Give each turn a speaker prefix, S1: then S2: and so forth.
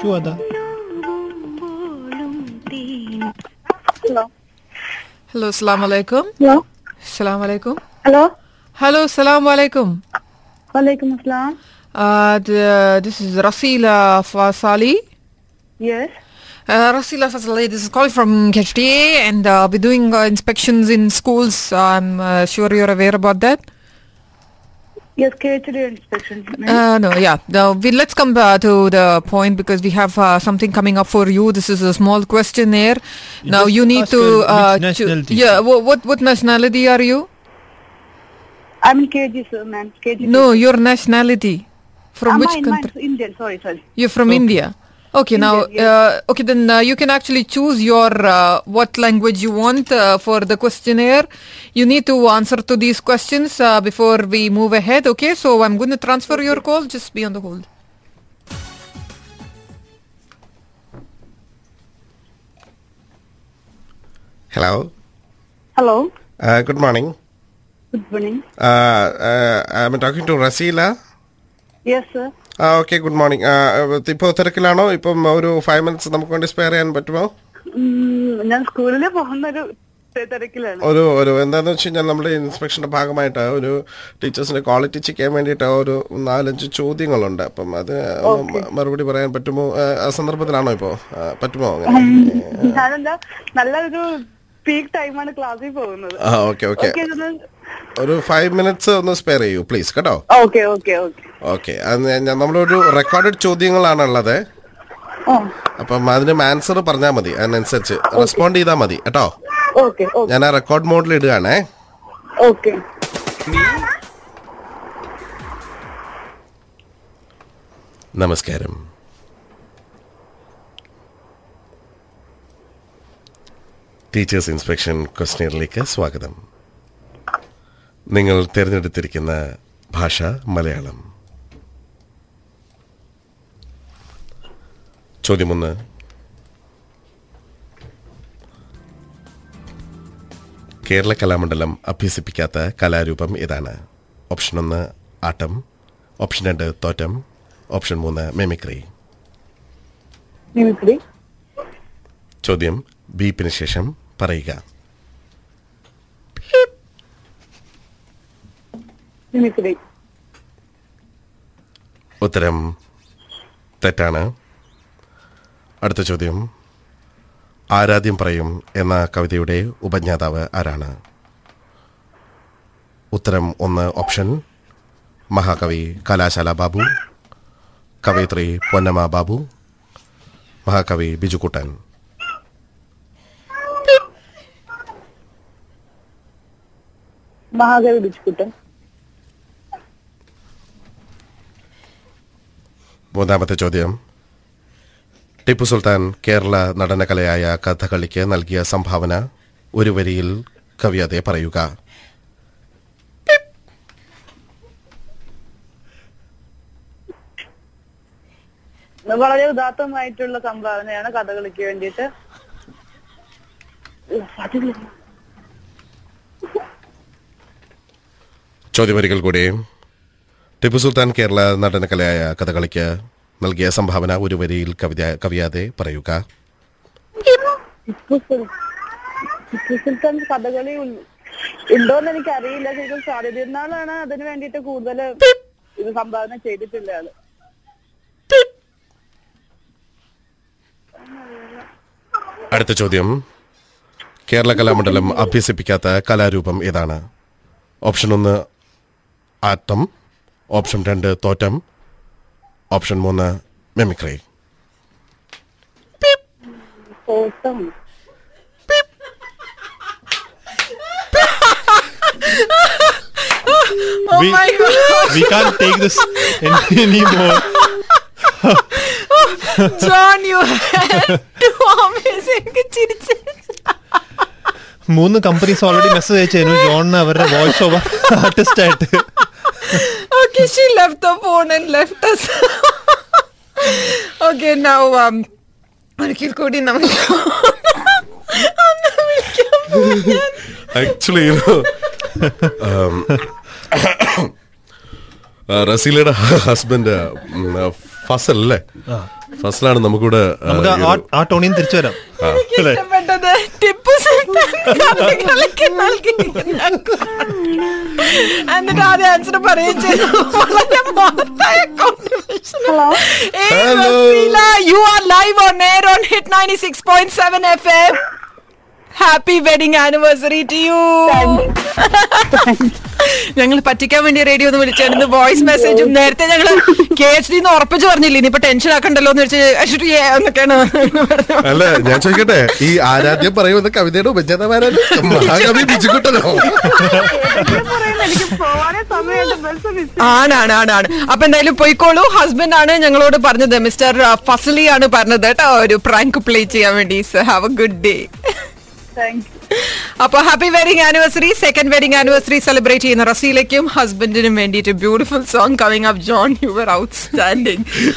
S1: ചുവതാ
S2: hello
S3: hello അസ്സാം വലൈക്കും
S2: hello
S3: അസ്സാം വലൈക്കും
S2: ഹലോ
S3: ഹലോ അസ്സാം വലൈക്കും
S2: വലൈക്കും അസ്സലാം
S3: Uh, this is Rasila Fasali
S2: yes
S3: Uh, Rasila Fasaleh, this is call from KHTA and uh, we're doing uh, inspections in schools. I'm uh, sure you're aware about that.
S2: Yes K H D inspection
S3: Uh, no, yeah. Now, we, let's come uh, to the point because we have uh, something coming up for you. This is a small questionnaire. now,
S1: just
S3: you need
S1: ask her
S3: to.
S1: which
S3: Uh, choo-
S1: nationality.
S3: yeah, wha- what, what nationality are you?
S2: I mean K G sir ma'am K G
S3: No, your nationality. From which
S2: Ah, mine,
S3: country?
S2: mine's Indian, sorry, sorry.
S3: You're from India. Okay, now,
S2: Indian,
S3: uh, okay, then uh, you can actually choose your uh, what language you want uh, for the questionnaire. You need to answer to these questions uh, before we move ahead. Okay, so I'm going to transfer your call. Just be on the hold.
S4: Hello
S2: Hello,
S4: good morning
S2: good morning.
S4: Uh, I am talking to Rasila
S2: Yes, sir.
S4: ആ okay good morning ഇപ്പോൾ Uh, തിരക്കിലാണോ ഇപ്പം ഒരു five minutes നമുക്ക് വേണ്ടി spare ചെയ്യാൻ പറ്റുമോ
S2: ഉം, Mm, ഞാൻ സ്കൂളിൽ പോകുന്ന ഒരു തി- തിരക്കിലാണ്
S4: ഒരു ഒരു എന്താന്ന് വെച്ച് കഴിഞ്ഞാൽ നമ്മുടെ ഇൻസ്പെക്ഷൻ്റെ ഭാഗമായിട്ട് ഒരു ടീച്ചേഴ്സിന്റെ ക്വാളിറ്റി ചെക്ക് ചെയ്യാൻ വേണ്ടിയിട്ട് ഒരു നാലഞ്ച് ചോദ്യങ്ങളുണ്ട് അപ്പം അത് മ- മറുപടി പറയാൻ പറ്റുമോ ആ, ആ സന്ദർഭത്തിലാണോ ഇപ്പോൾ പറ്റുമോ അങ്ങനെ
S2: Um, ഞാനെന്താ നല്ലൊരു പീക്ക് ടൈമാണ് ക്ലാസ്സിൽ പോകുന്നത്
S4: ആ ഓക്കെ ഓക്കെ
S2: ഓക്കെ
S4: ഒരു ഫൈവ് മിനിറ്റ്സ് ഒന്ന് സ്പെയർ ചെയ്യൂ പ്ലീസ് കേട്ടോ
S2: ഓക്കെ ഓക്കെ ഓക്കെ
S4: ഓക്കെ അത് ഞാൻ- നമ്മളൊരു റെക്കോർഡഡ് ചോദ്യങ്ങളാണുള്ളത്
S2: ആ
S4: അപ്പം അതിന് ആൻസർ പറഞ്ഞാൽ മതി അതിനനുസരിച്ച് റെസ്പോണ്ട് ചെയ്താൽ മതി കേട്ടോ
S2: ഓക്കെ ഓക്കെ
S4: ഞാൻ ആ റെക്കോർഡ് മോഡിൽ ഇടുകയാണേ
S2: ഓക്കെ
S4: നമസ്കാരം ടീച്ചേഴ്സ് ഇൻസ്പെക്ഷൻ ക്വസ്റ്റ്യനിലേക്ക് സ്വാഗതം നിങ്ങൾ തിരഞ്ഞെടുത്തിരിക്കുന്ന ഭാഷ മലയാളം ചോദ്യമൊന്ന് കേരള കലാമണ്ഡലം അഭ്യസിപ്പിക്കാത്ത കലാരൂപം ഏതാണ് ഓപ്ഷൻ ഒന്ന് ആട്ടം ഓപ്ഷൻ രണ്ട് തോറ്റം ഓപ്ഷൻ മൂന്ന് മെമിക്രി
S2: മിമിക്രി
S4: ചോദ്യം ബീപ്പിന് ശേഷം പറയുക
S2: മിമിക്രി
S4: ഉത്തരം തെറ്റാണ് അടുത്ത ചോദ്യം ആരാദ്യം പറയും എന്ന കവിതയുടെ ഉപജ്ഞാതാവ് ആരാണ് ഉത്തരം ഒന്ന് ഓപ്ഷൻ മഹാകവി കലാശാല ബാബു കവയിത്രി പൊന്നമ്മ ബാബു മഹാകവി ബിജുക്കുട്ടൻ
S2: മഹാകവി ബിച്ചുക്കുട്ടൻ
S4: മൂന്നാമത്തെ ചോദ്യം ടിപ്പു സുൽത്താൻ കേരള നടനകലയായ കഥകളിക്ക് നൽകിയ സംഭാവന ഒരു വരിയിൽ കവിയതെ പറയുക
S2: വളരെ ഉദാത്തമായിട്ടുള്ള സംഭാവനയാണ് കഥകളിക്ക് വേണ്ടിയിട്ട്
S4: ചോദ്യമൊരിക്കൽ കൂടി ടിപ്പു സുൽത്താൻ കേരള നടനകലയായ കഥകളിക്ക് നൽകിയ സംഭാവന ഒരു വരിയിൽ കവിത കവിയാതെ പറയുക
S2: ടിപ്പു സുൽ- ടിപ്പു സുൽത്താൻ കഥകളി ഉൾ- ഉണ്ടോന്ന് എനിക്ക് അറിയില്ല ശരിക്കും സ്വാതന്ത്ര്യനാളാണ് അതിന് വേണ്ടിയിട്ട് കൂടുതൽ ഇത് സംഭാവന ചെയ്തിട്ടുള്ള ആള്
S4: അടുത്ത ചോദ്യം കേരള കലാമണ്ഡലം അഭ്യസിപ്പിക്കാത്ത കലാരൂപം ഏതാണ് ഓപ്ഷൻ ഒന്ന് ആട്ടം ഓപ്ഷൻ രണ്ട് തോറ്റം ഓപ്ഷൻ മൂന്ന് മെമിക്രി
S2: ഓട്ടം
S3: Oh
S1: we,
S3: my god,
S1: we can't take this any- anymore.
S3: John, you had two amazing ചിരിച്ച്.
S1: മൂന്ന് കമ്പനീസ് ഓൾറെഡി മെസ്സേജ് അയച്ചു ജോണിന് അവരുടെ വോയിസ് ഓവർ ആർട്ടിസ്റ്റ് ആയിട്ട്
S3: Okay, she left the phone and left us. okay, now um, ഒരിക്കൽ കൂടി നമ്മൾ ഒന്ന് വിളിക്കാൻ പോവുകയാണ്.
S4: ആക്ച്വലി um, uh, റസീലയുടെ ഹസ്ബൻഡ് ഫസൽ അല്ലേ ഫസലാണ് നമുക്കിവിടെ ആ,
S1: നമുക്ക്
S4: ഈ ഒരു-
S1: ആ- ആ ടോണിയും തിരിച്ചു വരാം അല്ലേ?
S3: ഇഷ്ടപ്പെട്ടത് ടിപ്പു സുൽത്താൻ കഥകളിക്ക് നൽകിയിരിക്കുന്ന എന്നിട്ട് ആദ്യം ആൻസർ പറയുകയും ചെയ്തു വളരെ മഹത്തായ contribution.
S2: Hello.
S3: ഏയ്
S4: Hello.
S3: Vaseela, you are live on air on Hit 96.7 FM. Happy wedding anniversary to you ഞങ്ങൾ പറ്റിക്കാൻ വേണ്ടി റേഡിയോ ഒന്ന് വിളിച്ചായിരുന്നു വോയിസ് മെസ്സേജും നേരത്തെ ഞങ്ങൾ കെ എച്ച് ഡി എന്ന് ഉറപ്പിച്ച് പറഞ്ഞില്ലേ ഇനിയിപ്പോ ടെൻഷൻ ആക്കണ്ടല്ലോ എന്ന് വെച്ച് "Actually, yeah," എന്നൊക്കെയാണ് പറഞ്ഞത്.
S4: അല്ല ഞാൻ ചോദിക്കട്ടെ ഈ ആരാധ്യം പറയുന്ന കവിതയുടെ ഉപജനമാരാണ് മഹാകവി ബിജുക്കുട്ടനോ
S2: കേട്ടിട്ടും പറയുന്നു, എനിക്ക് പോവാനേ സമയമുണ്ട് ബസ് മിസ്
S3: ആണാണ് ആണാണ് അപ്പൊ എന്തായാലും പോയിക്കോളൂ ഹസ്ബൻഡ് ആണ് ഞങ്ങളോട് പറഞ്ഞത് മിസ്റ്റർ ഫസലി ആണ് പറഞ്ഞത് കേട്ടോ ഒരു പ്രാങ്ക് പ്ലേ ചെയ്യാൻ വേണ്ടി have a good day
S2: thank
S3: അപ്പൊ happy wedding anniversary second wedding anniversary celebrate ചെയ്യുന്ന റസിയിലേക്കും ഹസ്ബൻഡിനും വേണ്ടിയിട്ട് beautiful song coming up John your outstanding